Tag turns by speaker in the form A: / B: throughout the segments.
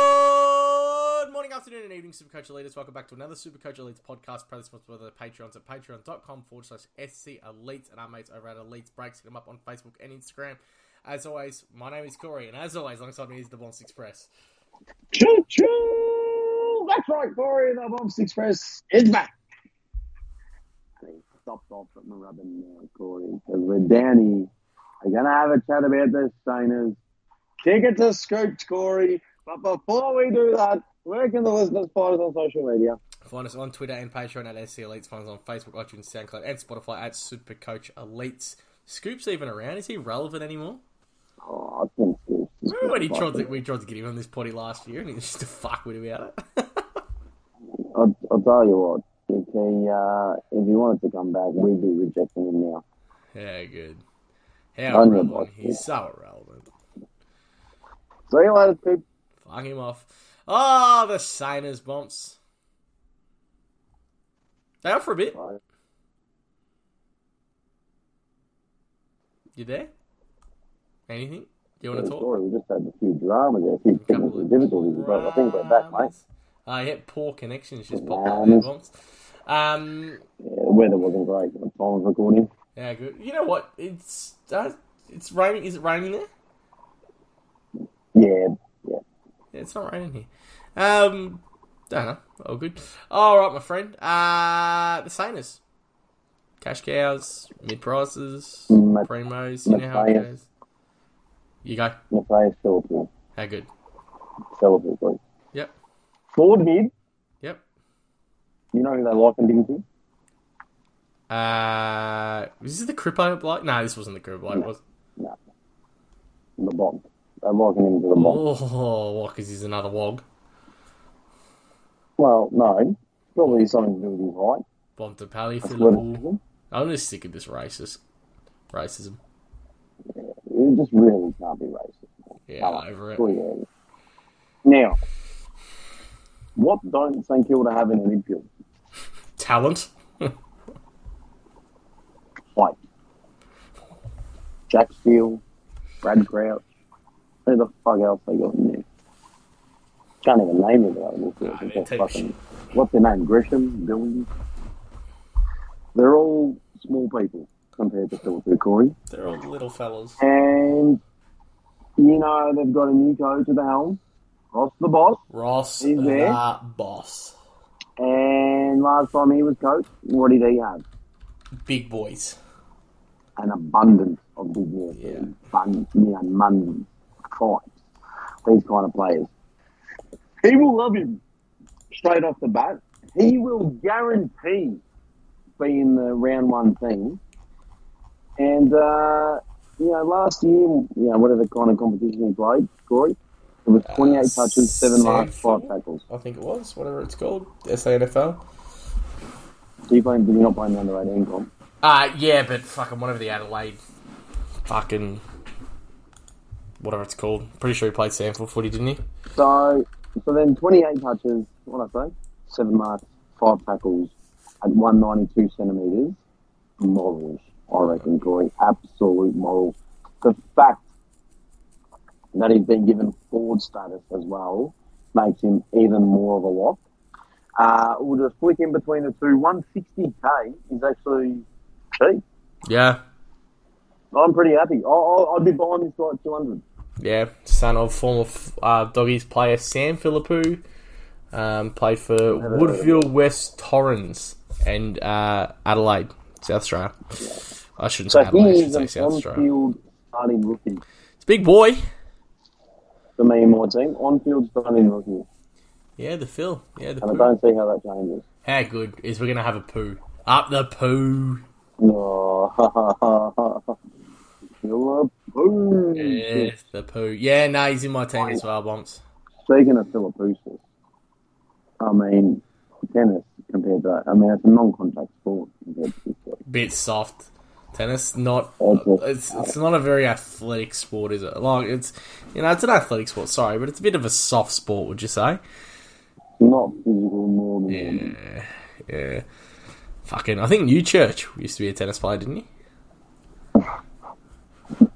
A: Good morning, afternoon, and evening, Supercoach Elites. Welcome back to another Supercoach Elites podcast, proudly sponsored by the Patreons at patreon.com forward slash SC Elites and our mates over at Elites Breaks. Hit them up on Facebook and Instagram. As always, my name is Corey, and as always, alongside me is the Bombs Express.
B: Choo choo! That's right, Corey, the Bombs Express is back. I think it stopped off at Moorabbin now, Corey, because with Danny, we're going to have a chat about the Steiners. Kick it to Scoops, Corey. But before we do that, where can the listeners find us on social media?
A: Find us on Twitter and Patreon at SC Elites. Find us on Facebook, iTunes, SoundCloud, and Spotify at Supercoach Elites. Scoop's even around. Is he relevant anymore?
B: Oh, I think Scoops. is
A: Remember when he
B: good.
A: tried to, we tried to get him on this potty last year and he was just a fuckwit about it?
B: I'll, I'll tell you what, if he, uh, if he wanted to come back, we'd be rejecting him now.
A: yeah, good.
B: I
A: How
B: know,
A: irrelevant.
B: boss.
A: He's so irrelevant.
B: See you later, Scoops.
A: Fuck him off. Ah, the Saners bumps. They are for a bit.
B: Bye.
A: You there? Anything? You want to talk?
B: Sorry, we just had a few dramas there, a few
A: A
B: technical difficulties, but I think we're back, mate.
A: rounds. Ah, yeah, poor connections just popped up there, bumps. Um,
B: Yeah, the weather wasn't great at the time of recording.
A: yeah, good. You know what? It's uh, it's raining. Is it raining there?
B: Yeah, yeah.
A: Yeah, it's not raining here. Um, don't know. All good. All right, my friend. Uh, the Saners. Cash cows, mid prices,
B: Ma-
A: primos. You know how it
B: Matthias.
A: goes. You go.
B: My players fell through.
A: How good?
B: Fell through, great.
A: Yep.
B: Ford mid,
A: Yep.
B: you know who they like and didn't do?
A: Uh, is this the Crippo bloke? No, this wasn't the Crippo bloke. Was it?
B: No. The bomb. They likened him to the bomb.
A: oh, what? Because he's another wog.
B: Well, no. Probably something to do with his height.
A: Bontepelli, Philippou.
B: Athleticism.
A: I'm just sick of this racist racism.
B: It just really can't be racist.
A: Yeah,
B: Come on,
A: over it.
B: clearly. Now, what don't St Kilda have in the midfield?
A: Talent.
B: Height. Jack Steele, Brad Crouch. Who the fuck else they got in there? Can't even name them. out of this list.
A: they're
B: It's just
A: taking
B: fucking- What's their name? Gresham, Billings. They're all small people compared to Philip Corey.
A: They're all little fellas.
B: And you know they've got a new coach at the helm, Ross the boss.
A: Ross,
B: He's there.
A: the boss.
B: And last time he was coach, what did he have?
A: Big boys.
B: an abundance of big men,
A: Yeah.
B: abundance, you know, money, fights, these kind of players. He will love him straight off the bat. He will guarantee being the round one team. And uh, you know, last year, you know, whatever kind of competition he played, Corey, it was twenty-eight
A: Uh,
B: touches, seven marks, five
A: seven?
B: tackles.
A: I think it was, whatever it's called. SANFL.
B: So you playing? Did you not play in the under eighteen comp?
A: Uh, yeah, but fucking whatever the Adelaide fucking whatever it's called. Pretty sure he played Sanford footy, didn't he?
B: So, so then 28 touches, what I say, seven marks, five tackles at 192 centimetres. Morals, I reckon, Corey. Absolute moral. The fact that he's been given forward status as well makes him even more of a lock. Uh, we'll just flick in between the two. 160k is actually cheap.
A: Yeah.
B: I'm pretty happy. I'll, I'd be buying this guy at 200.
A: Yeah. Son of former uh, doggies player Sam Philippou. Um, played for
B: heard of
A: Woodville West Torrens and uh, Adelaide, South Australia. I shouldn't say
B: So
A: Adelaide, I
B: he
A: should
B: is
A: say
B: an
A: South Australia.
B: on-field starting rookie.
A: It's a big boy.
B: for me and my team. On field stunning rookie.
A: Yeah, the Phil. Yeah, the
B: And I
A: poo.
B: don't see how that changes.
A: How good is we're gonna have a poo up the poo?
B: No. Philip
A: Yeah,
B: Boos.
A: Eh, the poo. Yeah, no, he's in my team as well, Bumps.
B: Speaking of Philip Boos, I mean, tennis compared to that. I mean, it's a non contact sport compared to this. sport.
A: Bit soft. Tennis not.
B: Okay.
A: It's it's not a very athletic sport, is it? Like it's you know it's an athletic sport. Sorry, but it's a bit of a soft sport, would you say?
B: Not physical more than normal.
A: Yeah, yeah. Fucking, I think Newchurch used to be a tennis player, didn't he?
B: He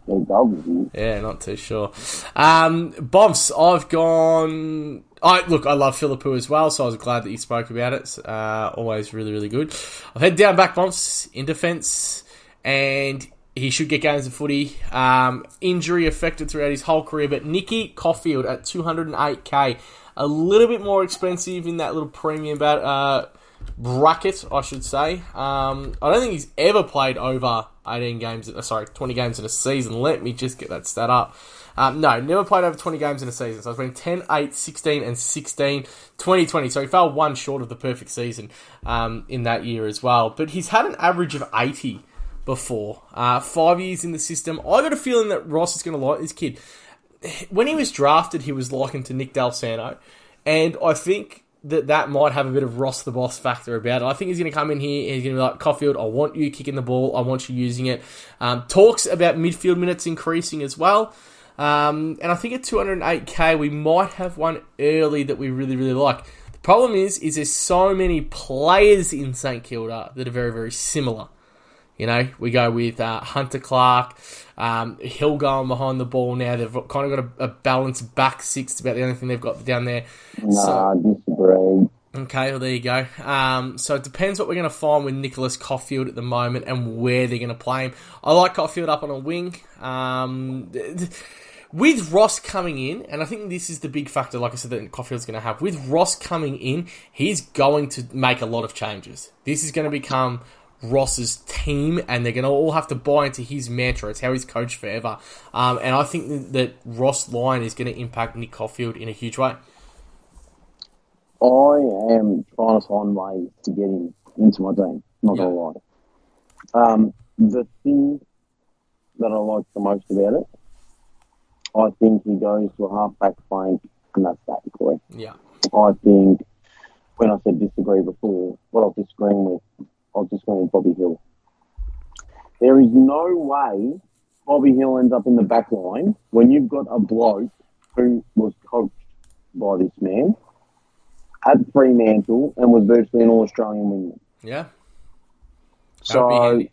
B: St. Dalton.
A: Yeah, not too sure. Um, Bobs, I've gone. I look, I love Philippou as well, so I was glad that you spoke about it. Uh, always really, really good. I've had down back Bobs in defence, and he should get games of footy. Um, injury affected throughout his whole career, but Nicky Caulfield at 208k, a little bit more expensive in that little premium bat, uh, bracket, I should say. Um, I don't think he's ever played over 18 games, uh, sorry, 20 games in a season. Let me just get that stat up. Um, no, never played over 20 games in a season. So it's been 10, 8, 16, and 16, 2020. So he fell one short of the perfect season um, in that year as well. But he's had an average of 80 before. Uh, five years in the system. I got a feeling that Ross is going to like this kid. When he was drafted, he was likened to Nick Del Sano. And I think that that might have a bit of Ross the Boss factor about it. I think he's going to come in here and he's going to be like, Caulfield, I want you kicking the ball. I want you using it. Um, talks about midfield minutes increasing as well. Um, and I think at 208k, we might have one early that we really, really like. The problem is, is there's so many players in St Kilda that are very, very similar. You know, we go with uh, Hunter Clark, um, Hill going behind the ball now. They've kind of got a, a balanced back six. It's about the only thing they've got down there.
B: Nah, I disagree.
A: Okay, well, there you go. Um, so it depends what we're going to find with Nicholas Caulfield at the moment and where they're going to play him. I like Caulfield up on a wing. Um, th- th- with Ross coming in, and I think this is the big factor, like I said, that Caulfield's going to have. With Ross coming in, he's going to make a lot of changes. This is going to become Ross's team, and they're going to all have to buy into his mantra. It's how he's coached forever. Um, and I think that Ross line is going to impact Nick Caulfield in a huge way.
B: I am trying to find ways to get him into my team. Not gonna lie. Um, the thing that I like the most about it, I think he goes to a halfback flank, and that's that, Corey.
A: Yeah.
B: I think when I said disagree before, what I was disagreeing with, I was disagreeing with Bobby Hill. There is no way Bobby Hill ends up in the back line when you've got a bloke who was coached by this man at Fremantle and was virtually an All Australian wingman.
A: Yeah. That would be
B: So
A: handy.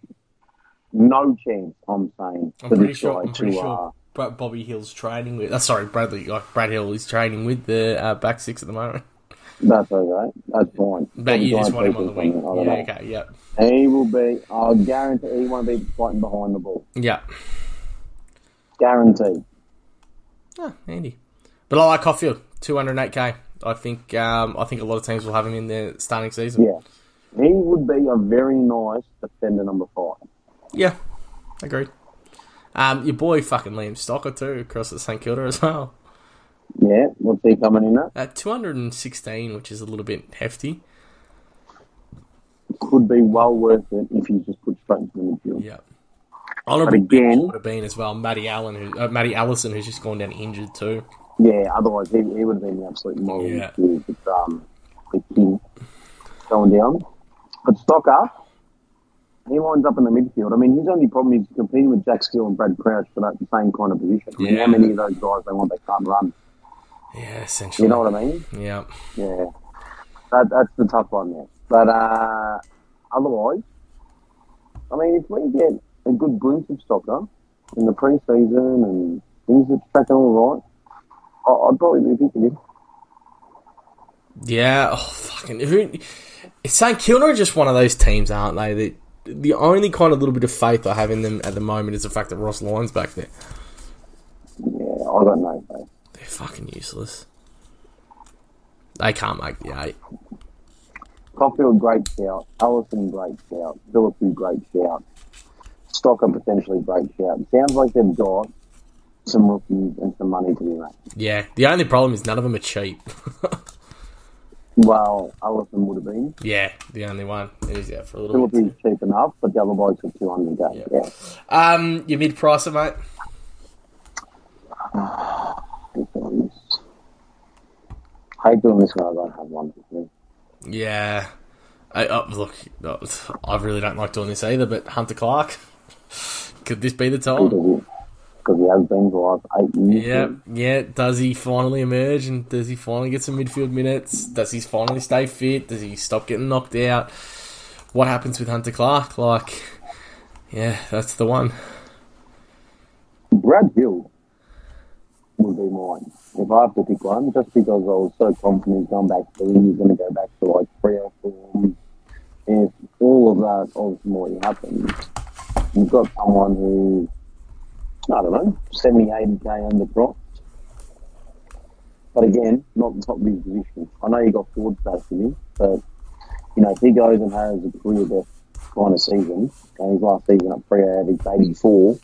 B: no chance, I'm saying,
A: I'm
B: for
A: pretty
B: this
A: sure.
B: guy
A: I'm pretty
B: to, uh,
A: sure. Bra- Bobby Hill's training with. Uh, sorry, Bradley. Like Brad Hill is training with the uh, back six at the moment.
B: That's okay. That's fine.
A: But you just
B: Guy
A: want him on the
B: taking
A: wing.
B: something, I don't
A: Yeah.
B: know.
A: Okay. Yep.
B: And he will be. I guarantee he won't be fighting behind the ball.
A: Yep.
B: Guaranteed.
A: Ah, handy. But I like Caulfield, 208k. I think um, I think a lot of teams will have him in their starting season.
B: Yeah. He would be a very nice defender number five.
A: Yeah, agreed. Um, your boy fucking Liam Stocker too across at St Kilda as well.
B: Yeah. What's he coming in at?
A: At 216, which is a little bit hefty.
B: Could be well worth it if he's just put straight into the midfield.
A: Yeah. Honourable
B: again-
A: mention would have been as well Matty Allen, who, uh, Matty Allison, who's just gone down injured too.
B: Yeah. otherwise, he, he would have been the absolute model
A: Yeah.
B: with um, the king going down. But Stocker, he winds up in the midfield. I mean, his only problem is competing with Jack Steele and Brad Crouch for that same kind of position. I mean,
A: Yeah.
B: how many of those guys they want, they can't run.
A: Yeah, essentially.
B: You know what I mean?
A: Yeah.
B: Yeah, that, that's the tough one there. But uh, otherwise, I mean, if we get a good glimpse of soccer in the pre-season and things are tracking all right, I, I'd probably be picking him.
A: Yeah, oh fucking who? St Kilda are just one of those teams, aren't they? That the only kind of little bit of faith I have in them at the moment is the fact that Ross Lyon's back there.
B: Yeah, I got no faith.
A: They're fucking useless. They can't make the eight.
B: Caulfield, great shout. Ellison, great shout. Philippi, great shout. Stocker, potentially great shout. Sounds like they've got some rookies and some money to be made.
A: Yeah, the only problem is none of them are cheap.
B: Well, Ellison would have been.
A: yeah, the only one. It is out for a little bit.
B: Philippi's cheap enough, but the other blokes are 200
A: Yeah.
B: days. Yeah.
A: Um, your mid pricer, mate.
B: I hate doing this when I don't have one.
A: Yeah. I, uh, look, uh, I really don't like doing this either, but Hunter Clark. Could this be the time?
B: Because he has been for the last eight years.
A: Yeah, yeah. Does he finally emerge and does he finally get some midfield minutes? Does he finally stay fit? Does he stop getting knocked out? What happens with Hunter Clark? Like, yeah, that's the one.
B: would be mine. If I have to pick one, just because I was so confident he's gone back to Lee, he's going to go back to like three or four. If all of that ultimately happens, you've got someone who, I don't know, 70, 80k under prop. But again, not the top of his position. I know you got forward space in him, but you know, if he goes and has a career best kind of season, and his last season at Freo averaged 84,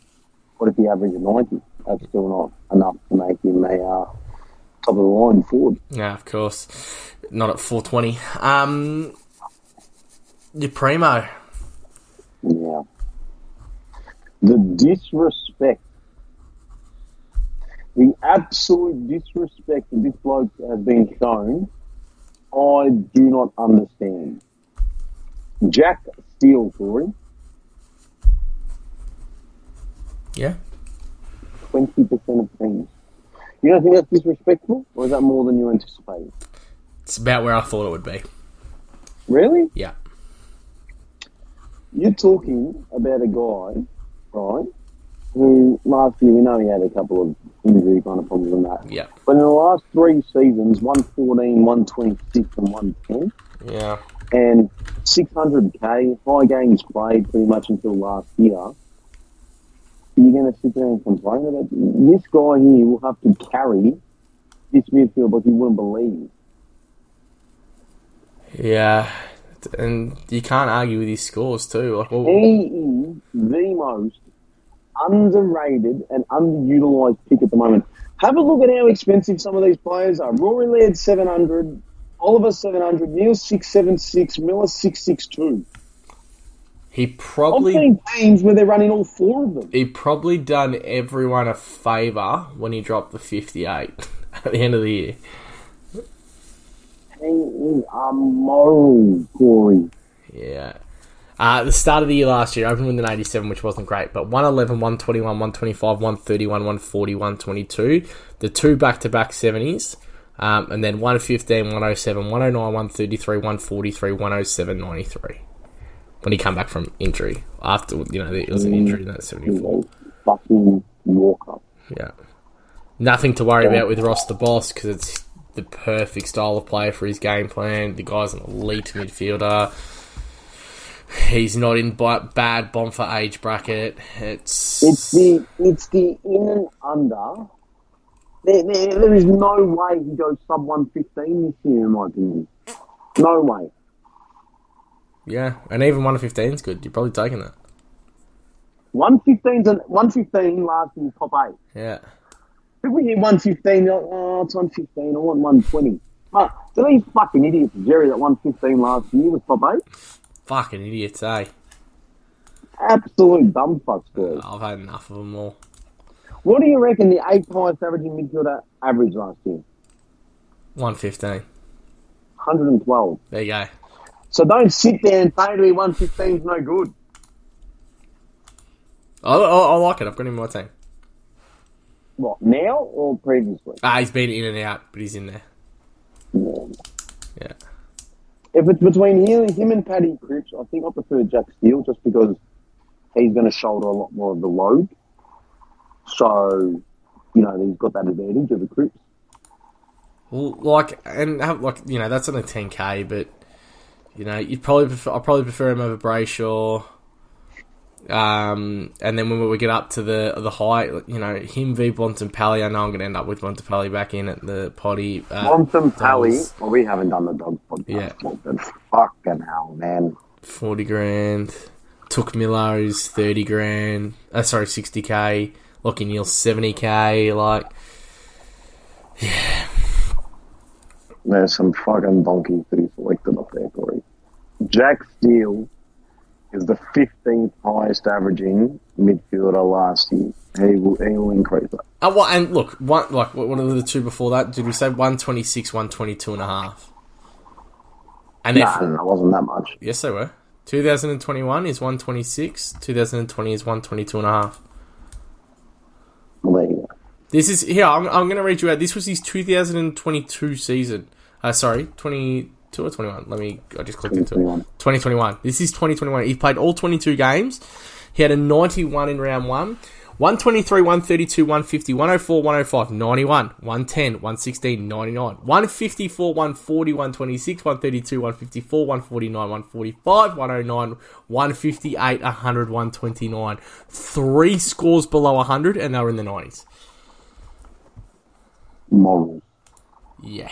B: what if he averages 90? That's still not enough to make him a uh, top of the line forward.
A: Yeah, of course. Not at 420. Um, your primo.
B: Yeah. The disrespect, the absolute disrespect that this bloke has been shown, I do not understand. Jack Steele, Corey,
A: Yeah.
B: 20% of teams. You don't think that's disrespectful, or is that more than you anticipated?
A: It's about where I thought it would be.
B: Really?
A: Yeah.
B: You're talking about a guy, right, who last year, we know he had a couple of injury kind of problems and that.
A: Yeah.
B: But in the last three seasons, 114, 126, and 110,
A: Yeah.
B: and 600k, five games played pretty much until last year. You're going to sit there and complain about this guy here will have to carry this midfield, but you wouldn't believe.
A: Yeah. And you can't argue with his scores, too. Like, well,
B: He is the most E underrated and underutilized pick at the moment. Have a look at how expensive some of these players are. Rory Laird, 700. Oliver, 700. Neil, 676. Miller, 662.
A: he
B: I've
A: probably
B: seen games where they're running all four of them.
A: he probably done everyone a favour when he dropped the 58 at the end of the year.
B: He is a moral Corey.
A: Yeah. Uh, at the start of the year last year, I opened with an 87, which wasn't great, but 111, 121, 125, 131, 140, 122. The two back to back 70s, um, and then 115, 107, 109, 133, 143, 107, 93. oh When he come back from injury, after you know it was an injury in that
B: He's
A: 74,
B: a fucking walker.
A: yeah, nothing to worry about with Ross the Boss because it's the perfect style of player for his game plan. The guy's an elite midfielder. He's not in bi- bad bomb for age bracket. It's,
B: It's the it's the in and under. There, there, there is no way he goes sub one fifteen this year, in my opinion. No way.
A: yeah, and even one fifteen is good. You're probably taking that.
B: One fifteen's an one fifteen last in top eight.
A: Yeah,
B: People hear one fifteen, they're like, oh, it's one fifteen. I want one twenty. But do these fucking idiots, Jerry, that one fifteen last year was top eight?
A: fucking idiots, eh?
B: Absolute dumb fucks, boys.
A: I've had enough of them all.
B: What do you reckon the eighth highest averaging midfielder averaged last year?
A: One fifteen.
B: 112.
A: There you go.
B: So don't sit there and say to me 115's no good.
A: I, I, I like it. I've got him in my team.
B: What, now or previously?
A: Ah, he's been in and out, but he's in there.
B: If
A: Yeah.
B: it's between him, him and Paddy Cripps, I think I prefer Jack Steele just because he's going to shoulder a lot more of the load. So, you know, he's got that advantage over Cripps.
A: Well, like, and have, like you know, that's only ten k, but you know, you probably prefer, I probably prefer him over Brayshaw. Um, and then when we get up to the the height, you know, him v Bontempelli, I know I'm going to end up with Bontempelli back in at the potty. Uh,
B: Thompson Pally.
A: was-
B: Well, we haven't done the dog podcast.
A: Yeah.
B: But fucking hell, man.
A: forty grand. Took Millo's thirty grand. Uh, sorry, sixty k. Lockie Neal's seventy k. Like,
B: There's some fucking donkeys to be selected up there, Corey. Jack Steele is the 15th highest averaging midfielder last year. He will, he will increase that.
A: uh, well, and look, one like what what are the two before that? Did we say one twenty six, one twenty two and a half? And
B: No,
A: they're
B: no, no, it wasn't that much.
A: Yes, they were. 2021 is 126. 2020 is 122 and a half.
B: Well, there you go.
A: This is here. I'm, I'm going to read you out. This was his 2022 season. Uh, sorry, 22 or 21. Let me. I just clicked into it.
B: 21.
A: 2021. This is 2021. He played all 22 games. He had a 91 in round one. 123, 132, 150, 104, 105, 91, 110, 116, 99, 154, 140, 126, 132, 154, 149, 145, 109, 158, 100, 129. Three scores below 100, and they were in the 90s.
B: Morals.
A: Yeah.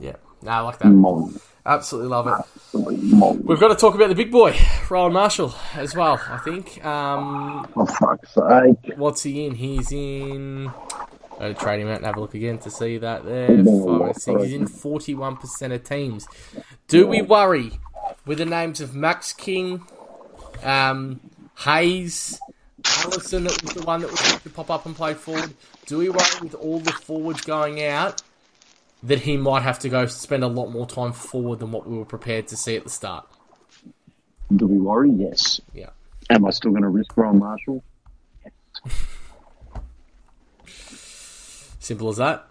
A: Yeah. No, I like that.
B: Morals.
A: Absolutely love it.
B: Absolute morals.
A: We've got to talk about the big boy, Ryan Marshall, as well, I think. Um,
B: For fuck's sake.
A: What's he in? He's in. I'll trade him out and have a look again to see that there.
B: He's
A: Five,
B: been a lot,
A: oh, six. He's in 41% of teams. Do we worry with the names of Max King, um, Hayes, Allison, that was the one that was to pop up and play forward? Do we worry with all the forwards going out that he might have to go spend a lot more time forward than what we were prepared to see at the start?
B: Do we worry? Yes.
A: Yeah.
B: Am I still going to risk Ryan Marshall?
A: Simple as that.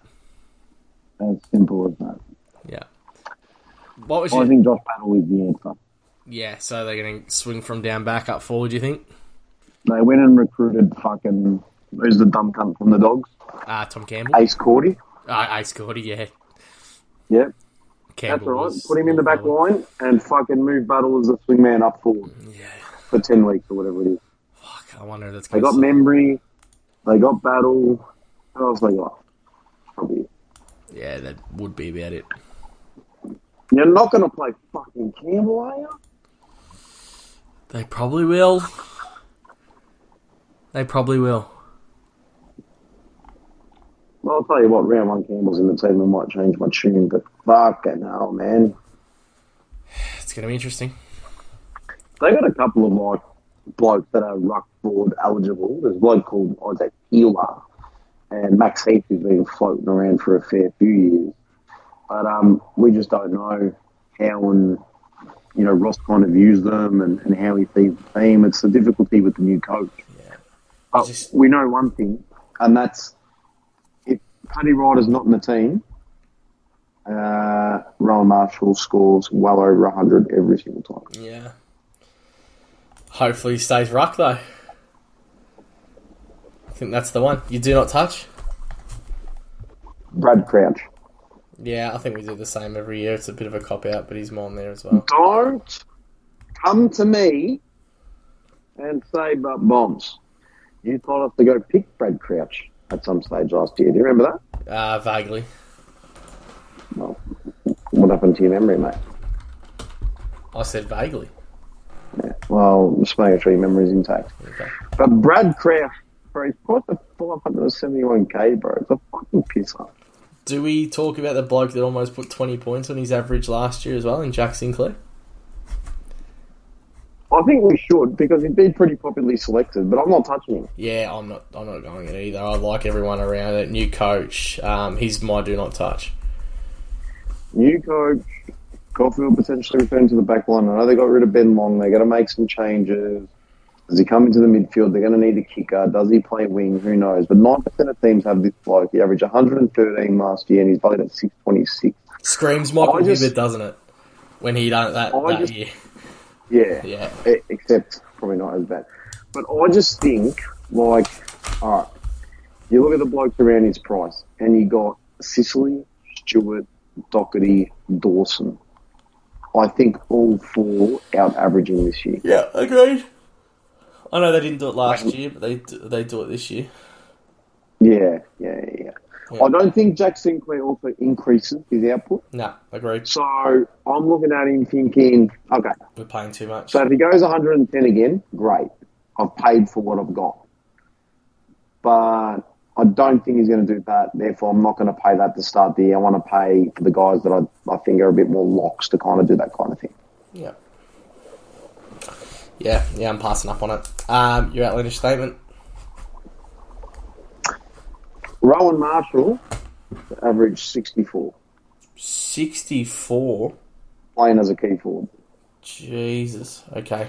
B: As simple as that.
A: Yeah. What was
B: I
A: your,
B: think Josh Battle is the answer.
A: Yeah, so they're going to swing from down back up forward, you think?
B: They went and recruited fucking who's the dumb cunt from the Dogs?
A: Uh, Tom Campbell?
B: Ace Cordy.
A: Uh, Ace Gordy, yeah.
B: Yep, that's
A: Campbell
B: all right.
A: was-
B: Put him in the back line and fucking move Battle as the swingman up forward
A: Yeah.
B: for ten weeks or whatever it is.
A: Fuck, I wonder if that's
B: They
A: going
B: got
A: to...
B: Membry, they got Battle. Who else they got? Probably.
A: Yeah, that would be about it.
B: You're not going to play fucking Campbell, are you?
A: They probably will. They probably will.
B: Well, I'll tell you what, round one Campbell's in the team. I might change my tune, but fucking hell, man.
A: It's going to be interesting.
B: They got a couple of like blokes that are ruck forward eligible. There's a bloke called Isaac Healer and Max Heath who's been floating around for a fair few years. But um, we just don't know how and you know Ross kind of views them and, and how he sees the team. It's the difficulty with the new coach.
A: Yeah.
B: But
A: Just-
B: we know one thing, and that's if Paddy Ryder's not in the team, uh, Rowan Marshall scores well over 100 every single time.
A: Yeah. Hopefully he stays ruck, though. I think that's the one. You do not touch?
B: Brad Crouch.
A: Yeah, I think we do the same every year. It's a bit of a cop-out, but he's more in there as well.
B: Don't come to me and say but bombs. You told us to go pick Brad Crouch at some stage last year. Do you remember that?
A: Uh, vaguely.
B: Well, what happened to your memory, mate?
A: I said vaguely.
B: Well, just making sure your memory's intact.
A: Okay.
B: But Brad Crouch, bro, he's caught the 571k, bro. It's a fucking pisser.
A: Do we talk about the bloke that almost put 20 points on his average last year as well, in Jack Sinclair?
B: I think we should because he'd be pretty popularly selected, but I'm not touching him.
A: Yeah, I'm not. I'm not going it either. I like everyone around it. New coach. Um, he's my do not touch.
B: New coach, Caulfield potentially return to the back line. I know they got rid of Ben Long. They're going to make some changes. Does he come into the midfield? They're going to need a kicker. Does he play wing? Who knows? But 9% of teams have this bloke. He averaged 113 last year and he's valued at 626.
A: Screams Michael
B: I just-
A: Hibbert, doesn't it? When he done it that,
B: I
A: that
B: just-
A: year.
B: Yeah.
A: Yeah.
B: E- Except probably not as bad. But I just think, like, all right, you look at the blokes around his price and you got Sicily, Stewart, Doherty, Dawson. I think all four out averaging this year.
A: Yeah, agreed. I know they didn't do it last year, but they do- they do it this year.
B: Yeah, yeah, yeah.
A: Yeah.
B: I don't think Jack Sinclair also increases his output.
A: Nah, agreed.
B: So I'm looking at him thinking, okay,
A: We're paying too much.
B: so if he goes 110 again, great. I've paid for what I've got. But I don't think he's going to do that. Therefore, I'm not going to pay that to start the year. I want to pay for the guys that I, I think are a bit more locks to kind of do that kind of thing.
A: Yeah. Yeah, yeah. I'm passing up on it. Um, your outlandish statement.
B: Rowan Marshall, average 64,
A: 64.
B: playing as a key forward.
A: Jesus. Okay.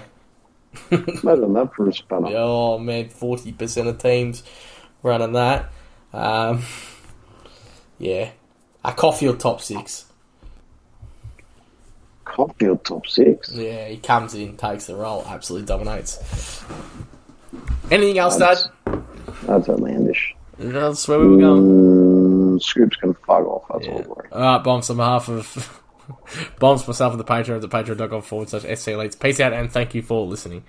B: Imagine that for a spanner.
A: Oh man, forty percent of teams running that. Um, yeah, a Caulfield top six.
B: Caulfield top six.
A: Yeah, he comes in, takes the role, absolutely dominates. Anything else, Dad?
B: That's outlandish.
A: That's where we were going.
B: Mm, Scoops can fuck off. That's all, Oh, boy.
A: All right, bombs on behalf of bombs myself and the Patreon at patreon.com forward slash SC Elites. Peace out and thank you for listening.